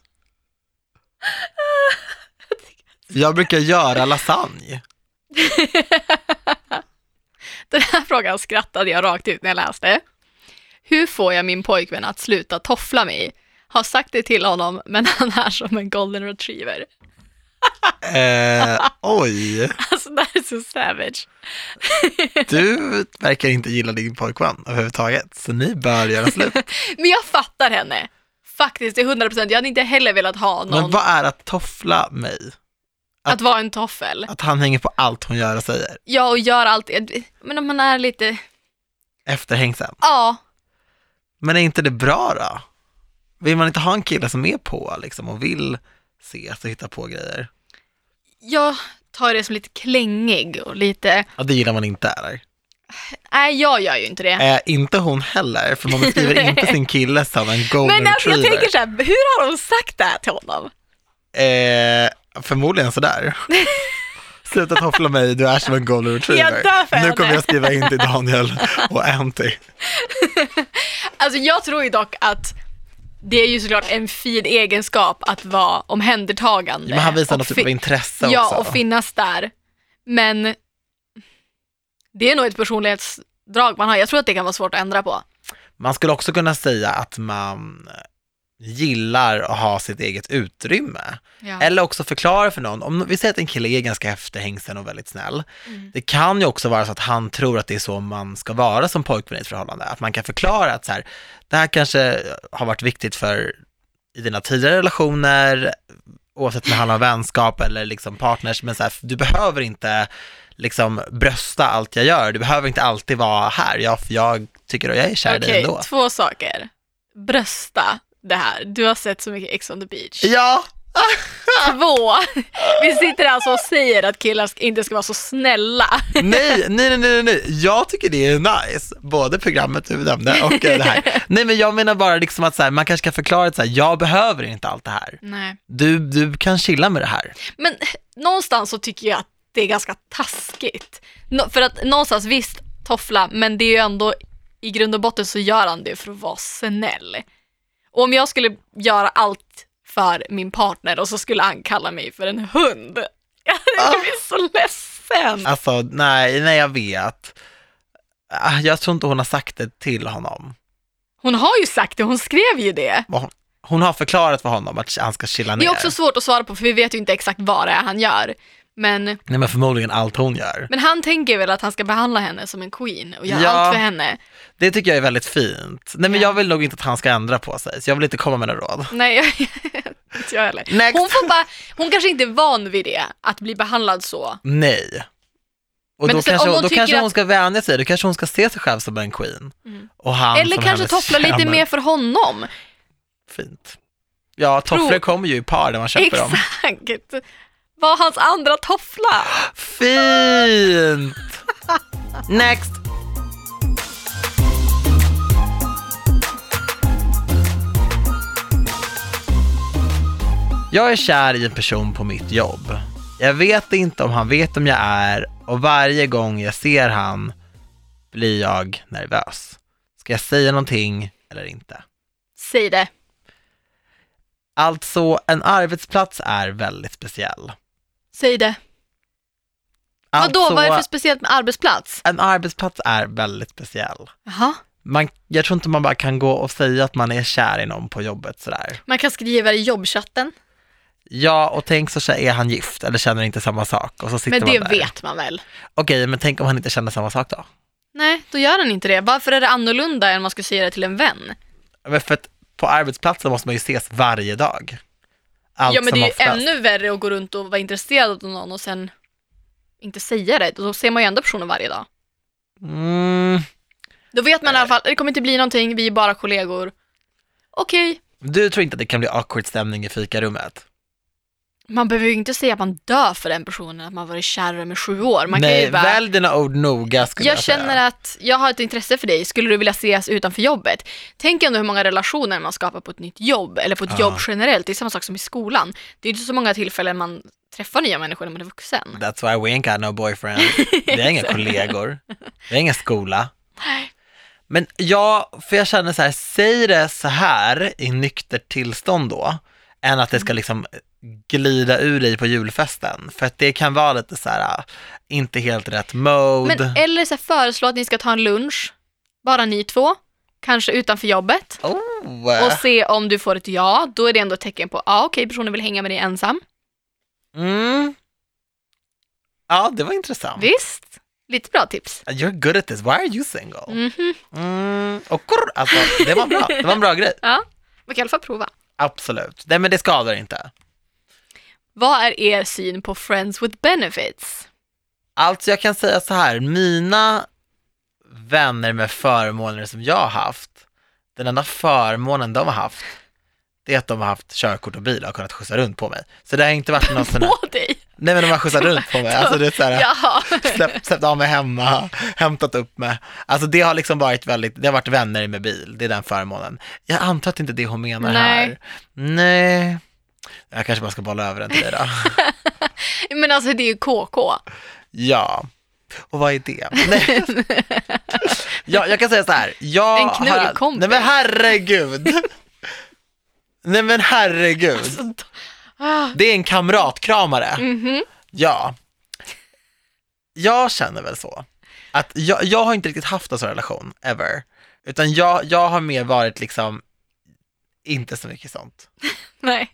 Jag brukar göra lasagne. Den här frågan skrattade jag rakt ut när jag läste. Hur får jag min pojkvän att sluta toffla mig? Har sagt det till honom, men han är som en golden retriever. Eh, oj, Alltså, det här är så savage. du verkar inte gilla din pojkvän överhuvudtaget, så ni bör göra slut. Men jag fattar henne. Faktiskt, till 100 procent. Jag hade inte heller velat ha någon Men vad är att toffla mig? att vara en toffel. Att han hänger på allt hon gör och säger? Ja, och gör allt. Men om man är lite... Efterhängsen. Ja, Men är inte det bra då? Vill man inte ha en kille som är på liksom och vill se och hitta på grejer? jag tar det som lite klängig och lite... Ja, det gillar man inte eller? Nej, jag gör ju inte det. Eh, inte hon heller, för man beskriver inte sin kille som en golden Men alltså, jag retriever. tänker så här, hur har de sagt det här till honom? Eh, förmodligen sådär. Sluta toffla mig, du är som en golden retriever. Jag dör för nu henne. kommer jag skriva in till Daniel och Anty. Alltså jag tror ju dock att det är ju såklart en fin egenskap att vara omhändertagande. Men han visar och någon typ av fi- intresse Ja, också. och finnas där. Men det är nog ett personlighetsdrag man har. Jag tror att det kan vara svårt att ändra på. man skulle också kunna säga att man gillar att ha sitt eget utrymme. Ja. Eller också förklara för någon, om vi säger att en kille är ganska efterhängsen och väldigt snäll, Mm. det kan ju också vara så att han tror att det är så man ska vara som pojkvän i ett förhållande, att man kan förklara att så här, det här kanske har varit viktigt för i dina tidigare relationer, oavsett om det handlar om vänskap eller liksom partners, men så här, du behöver inte liksom brösta allt jag gör, du behöver inte alltid vara här, jag, jag tycker att jag är kär i dig Okej, ändå. två saker. Brösta det här. Du har sett så mycket Ex on the beach. Ja, Två. Vi sitter alltså och säger att killar ska- inte ska vara så snälla. nej, nej, nej, nej, nej, jag tycker det är nice, både programmet du nämnde och eh, det här. Nej, men jag menar bara liksom att så här, man kanske kan förklara att så här, jag behöver inte allt det här. Nej. Du, du kan chilla med det här. Men eh, någonstans så tycker jag att det är ganska taskigt. Nå- för att någonstans, visst, toffla, men det är ju ändå i grund och botten så gör han det för att vara snäll. Och om jag skulle göra allt för min partner och så skulle han kalla mig för en hund. Jag Ah. skulle bli så ledsen. Alltså, nej, nej jag vet. Ah, Jag tror inte hon har sagt det till honom. Hon har ju sagt det, hon skrev ju det. Vad hon- Hon har förklarat för honom att han ska chilla Det ner. är också svårt att svara på för vi vet ju inte exakt vad det är han gör. Men, Nej men förmodligen allt hon gör. men han tänker väl att han ska behandla henne som en queen och göra Ja. allt för henne. Det tycker jag är väldigt fint. Nej men Ja. jag vill nog inte att han ska ändra på sig, så jag vill inte komma med några råd. Nej, jag, inte jag heller. Next. Hon, får bara, hon kanske inte är van vid det, att bli behandlad så. Nej. Och Men då sen kanske, om hon, hon då tycker kanske hon att- Mm. ska vänja sig, då kanske hon ska se sig själv som en queen. Och han Eller som kanske hennes toffla lite tjänare. mer för honom. Fint. Ja, tofflor Prov- kommer ju i par när man köper dem. Exakt. Var hans andra toffla. Fint! Next! Jag är kär i en person på mitt jobb. Jag vet inte om han vet vem jag är och varje gång jag ser han blir jag nervös. Ska jag säga någonting eller inte? Säg det. Alltså, en arbetsplats är väldigt speciell. Säg det. Vadå, Alltså, vad är det för speciellt med arbetsplats? en arbetsplats är väldigt speciell. Jaha. man, jag tror inte man bara kan gå och säga att man är kär i någon på jobbet sådär. Man kan skriva i jobbchatten. Ja, och tänk så är han gift eller känner inte samma sak och så sitter Men det man där. vet man väl? Okej, men tänk om han inte känner samma sak då? Nej, då gör den inte det. Varför är det annorlunda än om man skulle säga det till en vän? Men för att på arbetsplatsen måste man ju ses varje dag. Allt ja, men som det är ju oftast. ännu värre att gå runt och vara intresserad av någon och sen inte säga det. Då ser man ju ändå personen varje dag. Mm, Då vet man i alla fall, det kommer inte bli någonting, vi är bara kollegor. Okej, du tror inte att det kan bli awkward stämning i fikarummet? man behöver ju inte säga att man dör för den personen, att man varit kär i dem i sju år. Man kan Nej, ju bara, välj dina ord noga skulle jag, jag säga. känner att jag har ett intresse för dig, skulle du vilja ses utanför jobbet? Tänk ändå hur många relationer man skapar på ett nytt jobb, eller på ett Ja. jobb generellt, det är samma sak som i skolan. Det är inte så många tillfällen man träffar nya människor när man är vuxen. That's why we ain't got no boyfriend. Vi har inga kollegor. Vi har ingen skola. Men ja, för jag känner så här, säg det så här i nyktert tillstånd då, än att det Mm. ska liksom glida ur dig på julfesten. För att det kan vara lite så här, äh, inte helt rätt mode. Men, eh, eller så här, föreslå att ni ska ta en lunch, bara ni två, kanske utanför jobbet. oh. och se om du får ett ja, då är det ändå ett tecken på ja, okej, personen vill hänga med dig ensam. mm. Ja, det var intressant. Visst, lite bra tips. You're good at this, why are you single? Mhm. Mm. Och kurr, alltså, det var bra, det var en bra grej. Ja, man kan i alla fall prova. Absolut. Nej men det skadar inte. Vad är er syn på Friends with Benefits? Alltså jag kan säga så här, mina vänner med förmåner som jag har haft, den enda förmånen de har haft, det är att de har haft körkort och bil och har kunnat skjutsa runt på mig. Så det har inte varit någon sån här, På dig? nej men de har skjutsat runt på mig, alltså det är så här, Jaha. släppt, släppt av mig hemma, hämtat upp mig. Alltså det har liksom varit väldigt, det har varit vänner med bil, det är den förmånen. Jag antar att det inte är det hon menar här. Nej. Nej. Jag kanske bara ska bolla över den till dig då. Men alltså det är ju KK. Ja, och vad är det? Nej. ja, jag kan säga så här. Jag En har... knullkompis. Nej men herregud. Nej men herregud. Så- Ah, Det är en kamratkramare. mhm. Ja. Jag känner väl så. Att jag, jag har inte riktigt haft en sån relation, ever. Utan jag, jag har mer varit liksom, inte så mycket sånt. Nej.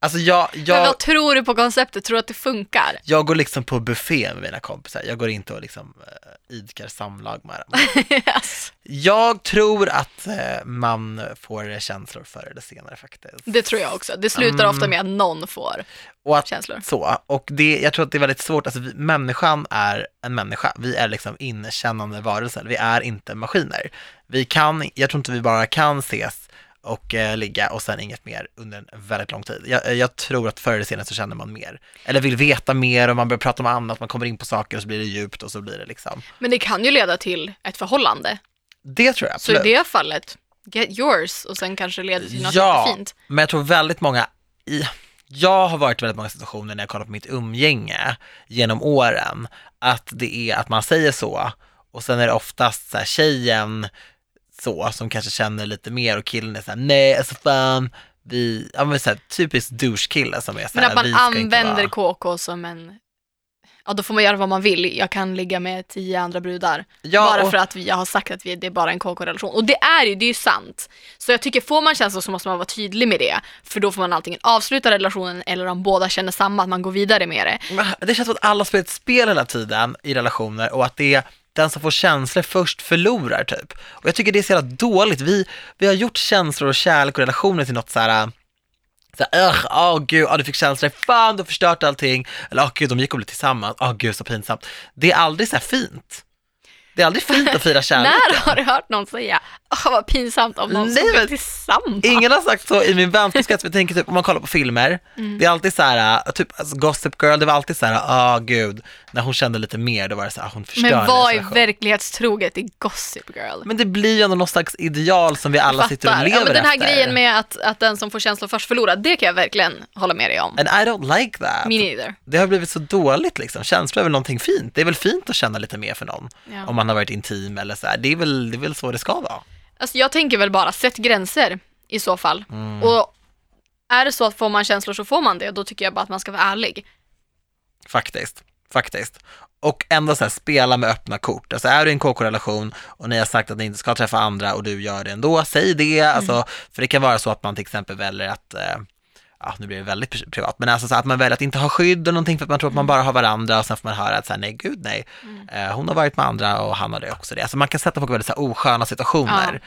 Alltså jag, Men jag, vad tror du på konceptet? Tror du att det funkar? jag går liksom på buffé med mina kompisar. Jag går inte och liksom eh, idkar samlag med dem. Alltså, Jag tror att eh, man får känslor förr eller senare faktiskt. det tror jag också. Det slutar Mm. ofta med att någon får Och att känslor. så. Och det, jag tror att det är väldigt svårt, alltså vi, människan är en människa. Vi är liksom inkännande varelser, vi är inte maskiner. Vi kan, jag tror inte vi bara kan ses och eh, ligga och sen inget mer under en väldigt lång tid. Jag, eh, jag tror att förr eller senare så känner man mer. Eller vill veta mer och man börjar prata om annat, man kommer in på saker och så blir det djupt och så blir det liksom. Men det kan ju leda till ett förhållande. Det tror jag Så i absolut. det fallet, get yours och sen kanske det leder till något Ja, fint. men jag tror väldigt många, i, jag har varit i väldigt många situationer när jag kollar på mitt umgänge genom åren, att det är att man säger så och sen är det oftast så här, tjejen så som kanske känner lite mer och killen är så här, nej alltså fan, vi, ja men så här, typiskt douche-kille som är så Men här, att man Äh, vi ska inte använder vara- KK som en... Ja, då får man göra vad man vill. Jag kan ligga med tio andra brudar. Ja, bara och- för att vi, jag har sagt att vi, det är bara en KK-relation. Och det är ju, det är ju sant. Så jag tycker, får man känslor så måste man vara tydlig med det. För då får man antingen avsluta relationen eller om båda känner samma, att man går vidare med det. Men Det känns som att alla spelar ett spel hela tiden i relationer och att det är den som får känslor först förlorar typ. Och jag tycker det är så jävla dåligt. Vi, vi har gjort känslor och kärlek och relationer till något så här så här, "Ugh, åh gud, ah, du fick känslor, fan du har förstört allting, eller åh gud, de gick och blev tillsammans, åh gud så pinsamt. Det är aldrig så här fint. Det är aldrig fint att fira kärlek. När har du hört någon säga, åh vad pinsamt om någon Nej, som är men- tillsammans? Ingen har sagt så i min vänskapskrets, vi tänker typ om man kollar på filmer, Mm. det är alltid så här, äh, typ alltså, Gossip Girl, det var alltid så här, ah gud, när hon kände lite mer då var det så här, ah, hon förstörde Men vad en är relation. verklighetstroget i Gossip Girl? Men det blir ju ändå någon slags ideal som vi alla sitter och Fattar. lever ja, men Den här efter. grejen med att, att den som får känslor först förlorar, det kan jag verkligen hålla med dig om. And I don't like that. Me neither. Det har blivit så dåligt liksom. Känslor är väl någonting fint. Det är väl fint att känna lite mer för någon. Ja. Om man har varit intim eller så här. Det är väl, det är väl så det ska vara. Alltså, jag tänker väl bara, sätt gränser i så fall. Och är det så att får man känslor så får man det och då tycker jag bara att man ska vara ärlig. Faktiskt. Faktiskt. Och ändå så här, spela med öppna kort. Alltså är du i en KK-relation och ni har sagt att ni inte ska träffa andra och du gör det ändå, säg det. Alltså, för det kan vara så att man till exempel väljer att, eh, ja nu blir det väldigt pri- privat, men alltså så att man väljer att inte ha skydd eller någonting för att man tror att man bara har varandra och sen får man höra att så här, nej gud nej, eh, hon har varit med andra och han har det också det. Alltså man kan sätta folk i väldigt så här, osköna situationer.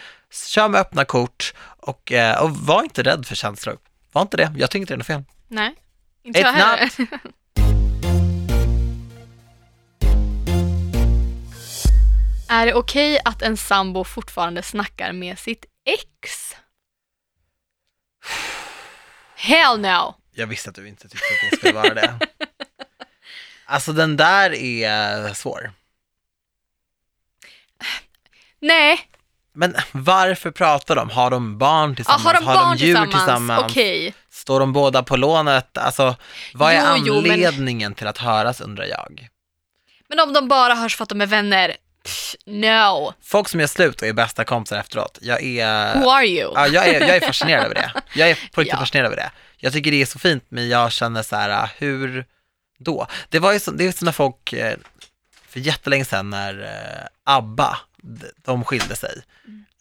Kör med öppna kort och, eh, och var inte rädd för känslor. Var inte det, jag tycker inte det är något fel. Nej, inte It's jag heller. Är det okej att en sambo fortfarande snackar med sitt ex? Hell no! Jag visste att du inte tyckte att det skulle vara det. Alltså den där är svår. Nej, Men varför pratar de? Har de barn Ja, tillsammans? har de barn djur tillsammans? Okej. Står de båda på lånet? Alltså, vad är Jo, jo, men- anledningen till att höras undrar jag? Men om de bara hörs för att de är vänner, pff, no. Folk som gör slut och är bästa kompisar efteråt, jag är, Who are you? ja, jag är, jag är fascinerad över det. Jag är på riktigt Ja. fascinerad över det. Jag tycker det är så fint, men jag känner så här, äh, hur då? Det var ju så, det är så när folk, eh, för jättelänge sedan när eh, ABBA, d- de skilde sig.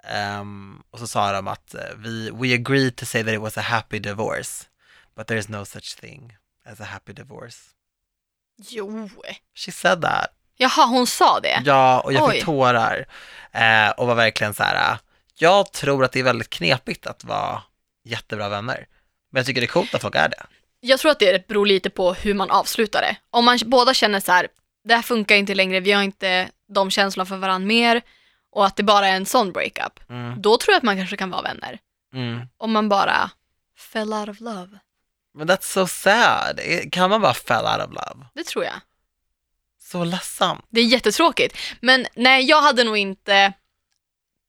Ehm, och så sa de att eh, vi, we agreed to say that it was a happy divorce, but there is no such thing as a happy divorce. Jo. She said that. Jaha, hon sa det? Ja, och jag Oj. fick tårar. Eh, och var verkligen så här, eh, jag tror att det är väldigt knepigt att vara jättebra vänner. Men jag tycker det är coolt att folk är det. Jag tror att det beror lite på hur man avslutar det. Om man båda känner så här, det här funkar inte längre, vi har inte de känslorna för varandra mer och att det bara är en sån breakup, Mm. då tror jag att man kanske kan vara vänner. Mm. Om man bara fell out of love. Men that's so sad. Eh, Kan man bara fell out of love? Det tror jag. Så ledsamt. Det är jättetråkigt. Men nej, jag hade nog inte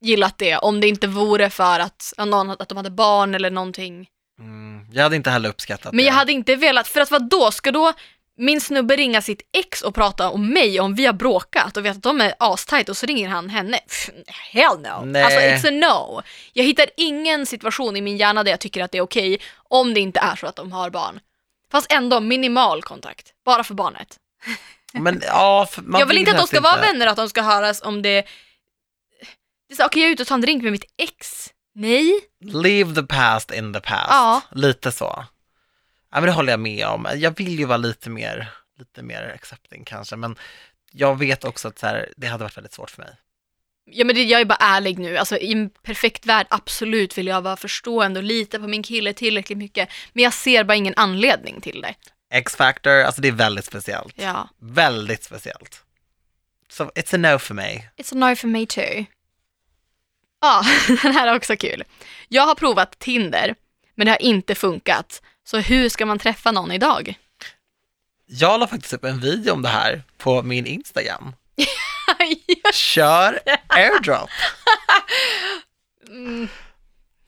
gillat det om det inte vore för att, ja, någon, att de hade barn eller någonting. Mm. Jag hade inte heller uppskattat Men det. jag hade inte velat, för att vad då ska då min snubbe ringa sitt ex och prata om mig om vi har bråkat och vet att de är astajt och så ringer han henne. Pff, hell no. Nej. Alltså it's a no. Jag hittar ingen situation i min hjärna där jag tycker att det är okej om det inte är så att de har barn. Fast ändå minimal kontakt, bara för barnet. Men, ja, för man jag vill inte att de helst ska vara vänner och att de ska höras om det... det är så, Okej, jag är ute och tar en drink med mitt ex. Nej. Leave the past in the past. Ja. Lite så. Ja, men det håller jag med om. Jag vill ju vara lite mer, lite mer accepting kanske, men jag vet också att så här, det hade varit väldigt svårt för mig. Ja men det, jag är bara ärlig nu, alltså i en perfekt värld absolut vill jag vara förstående och lita på min kille tillräckligt mycket, men jag ser bara ingen anledning till det. X-Factor, alltså det är väldigt speciellt. Ja. Väldigt speciellt. Så it's a no för mig. It's a no for me too. Ja, den här är också kul. Jag har provat Tinder, men det har inte funkat. Så hur ska man träffa någon idag? Jag la faktiskt upp en video om det här på min Instagram. Kör airdrop! Mm,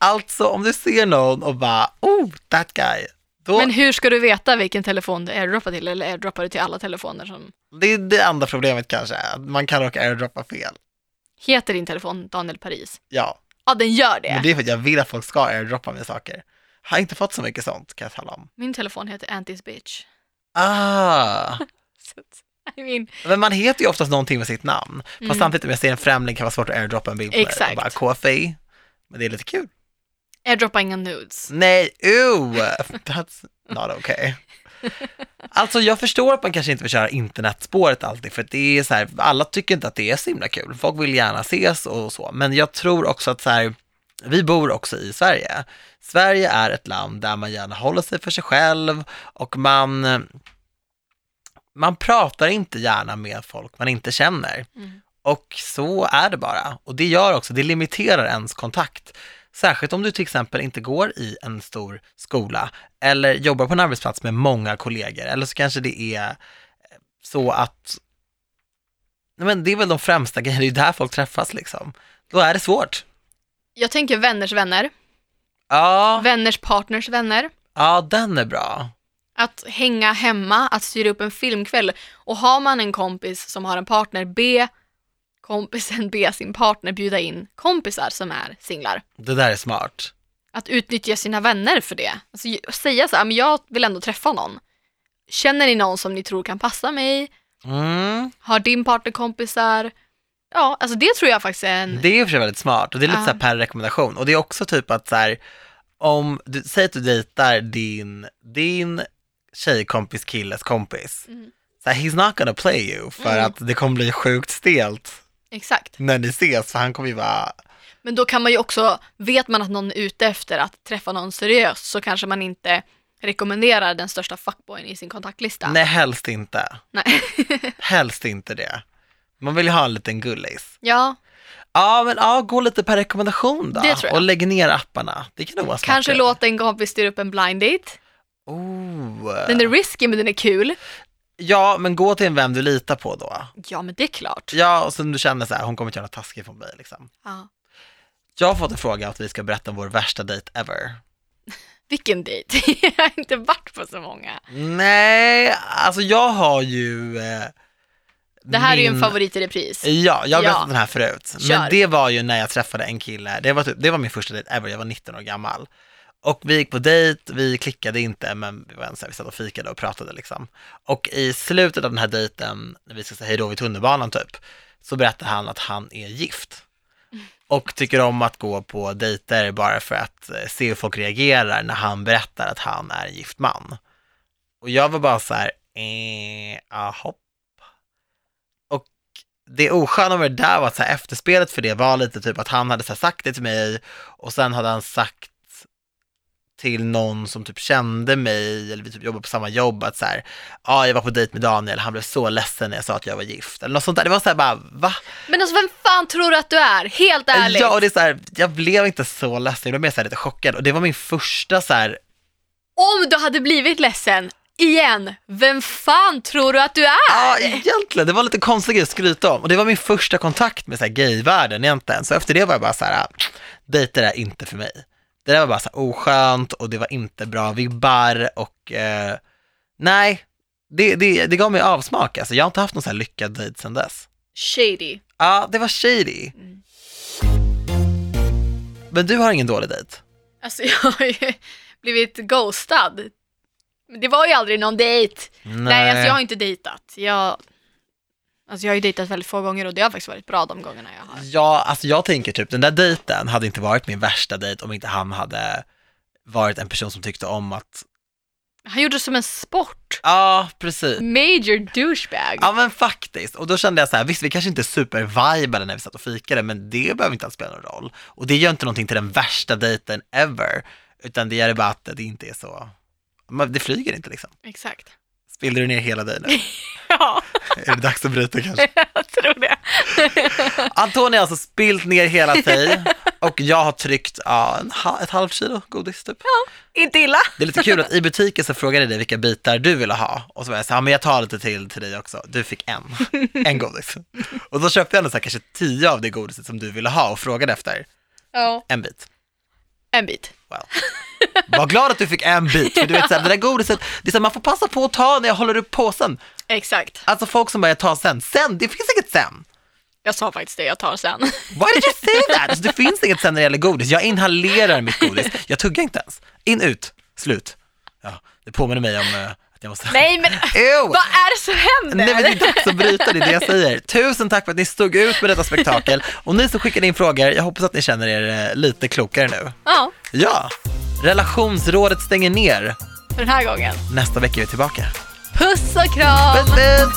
Alltså om du ser någon och bara oh, that guy. Då, men hur ska du veta vilken telefon du airdroppar till? Eller airdroppar du till alla telefoner som... Det är det andra problemet kanske, att man kan råka airdroppa fel. Heter din telefon Daniel Paris? Ja, Ja, den gör det. men det är för att jag vill att folk ska airdroppa mig saker. Har inte fått så mycket sånt kan jag tala om. Min telefon heter Antis bitch. Ah, Så att, I mean, men man heter ju oftast någonting med sitt namn. Fast samtidigt om jag ser en främling kan det vara svårt att airdroppa en bild på mig. Exakt. Och bara KFI. Men det är lite kul. airdroppa inga nudes. Nej, ew! That's not okay. Alltså jag förstår att man kanske inte vill köra internetspåret alltid, för att det är så här, alla tycker inte att det är så himla kul. Folk vill gärna ses och så, men jag tror också att så här, vi bor också i Sverige. Sverige är ett land där man gärna håller sig för sig själv och man, man pratar inte gärna med folk man inte känner. Och så är det bara. Och det gör också, det limiterar ens kontakt. Särskilt om du till exempel inte går i en stor skola eller jobbar på en arbetsplats med många kollegor. Eller så kanske det är eh, så att, nej men det är väl de främsta grejerna, det är ju där folk träffas liksom. Då är det svårt. Jag tänker vänners vänner, Ja, vänners partners vänner. ja den är bra. Att hänga hemma, att styra upp en filmkväll. Och har man en kompis som har en partner, be kompisen be sin partner bjuda in kompisar som är singlar. Det där är smart. Att utnyttja sina vänner för det. Alltså, ju- säga så här, men jag vill ändå träffa någon. Känner ni någon som ni tror kan passa mig? Mm. Har din partner kompisar? Ja, alltså det tror jag faktiskt är en... Det är i och för sig väldigt smart och det är lite Ja. så här per rekommendation. Och det är också typ att så här, om du, säg att du dejtar din, din tjejkompis killes kompis. Mm. Så här, he's not gonna play you för Mm. att det kommer bli sjukt stelt Exakt. när ni ses för han kommer ju bara, Men då kan man ju också, vet man att någon är ute efter att träffa någon seriöst så kanske man inte rekommenderar den största fuckboyen i sin kontaktlista. nej helst inte, Nej. helst inte det. Man vill ju ha en liten gullis. ja, Ja men ja, gå lite per rekommendation då Det tror jag. och lägg ner apparna. Det kan nog vara smart. kanske låta en kompis styra upp en blind date. Oh. Den är risky men den är kul. Ja men gå till en vän du litar på då. Ja men det är klart. Ja och som du känner så här, hon kommer inte göra något taskigt mot mig liksom. Ja. Jag har fått en fråga att vi ska berätta om vår värsta dejt ever. Vilken dejt? jag har inte varit på så många. Nej, alltså jag har ju... Eh, Det här är ju en min- favorit i repris. Ja, jag har Ja. berättat den här förut. Kör. Men det var ju när jag träffade en kille, det var, typ, det var min första dejt ever, jag var 19 år gammal. Och vi gick på dejt, vi klickade inte, men vi var ens, vi satt och fikade och pratade liksom. Och i slutet av den här dejten, när vi ska säga hejdå vid tunnelbanan typ, så berättar han att han är gift. Och tycker om att gå på dejter bara för att eh, se hur folk reagerar när han berättar att han är en gift man. Och jag var bara så här, eh, aha, det osköna med det där var att så här, efterspelet för det var lite typ att han hade så här, sagt det till mig och sen hade han sagt till någon som typ kände mig eller vi typ jobbade på samma jobb att så här, ja jag var på dejt med Daniel, han blev så ledsen när jag sa att jag var gift eller något sånt där. Det var så här bara, va? Men alltså vem fan tror du att du är? Helt ärligt. Ja, och det är så här, jag blev inte så ledsen, jag blev mer så här lite chockad och det var min första så här, Om du hade blivit ledsen, igen, vem fan tror du att du Ja, är? egentligen. Det var lite konstigt grej att skryta om. Och det var min första kontakt med så här, gayvärlden egentligen. Så efter det var jag bara så här, ah, dejter är inte för mig. Det där var bara så här, oskönt och det var inte bra vibbar och eh, nej, det, det, det gav mig avsmak. Alltså, jag har inte haft någon så här lyckad dejt sedan dess. Shady. Ja, det var shady. Mm. Men du har ingen dålig dejt? Alltså jag har ju blivit ghostad. Men Det var ju aldrig någon dejt. Nej, alltså jag har inte dejtat. Jag, alltså jag har ju dejtat väldigt få gånger och det har faktiskt varit bra de gångerna jag har. Ja, alltså jag tänker typ den där dejten hade inte varit min värsta dejt om inte han hade varit en person som tyckte om att Han gjorde det som en sport. Ja, precis. Major douchebag. Ja men faktiskt, och då kände jag så här, visst vi kanske inte supervibade när vi satt och fikade, men det behöver inte alls spela någon roll. Och det gör inte någonting till den värsta dejten ever, utan det gör det bara att det inte är så, men det flyger inte liksom. Exakt. Spillde du ner hela dig nu? Ja, är det dags att bryta kanske? jag tror det. Antonija har alltså spilt ner hela sig och jag har tryckt ja, en ha- ett halvt kilo godis typ. Inte illa. Det är lite kul att i butiken så frågade jag dig vilka bitar du ville ha och så var jag så här, ja, men jag tar lite till till dig också. Du fick en, en godis. Och då köpte jag ändå så här, kanske tio av det godiset som du ville ha och frågade efter Ja. en bit. En bit. Well. Var glad att du fick en bit, för du vet så här, det där godiset, det är så här, man får passa på att ta när jag håller upp påsen. Exakt. Alltså folk som bara, jag tar sen, sen, det finns inget sen. Jag sa faktiskt det, jag tar sen. Why did you say that? Alltså, det finns inget sen när det gäller godis. Jag inhalerar mitt godis. Jag tuggar inte ens. In, ut, slut. Ja, det påminner mig om eh, att jag måste... Nej men Ew! vad är det som händer? Nej men det är dags att bryta, det är det jag säger. Tusen tack för att ni stod ut med detta spektakel. Och ni som skickade in frågor, jag hoppas att ni känner er eh, lite klokare nu. Ja, Ja, relationsrådet stänger ner. för den här gången. Nästa vecka är vi tillbaka. Puss och kram! Puss puss!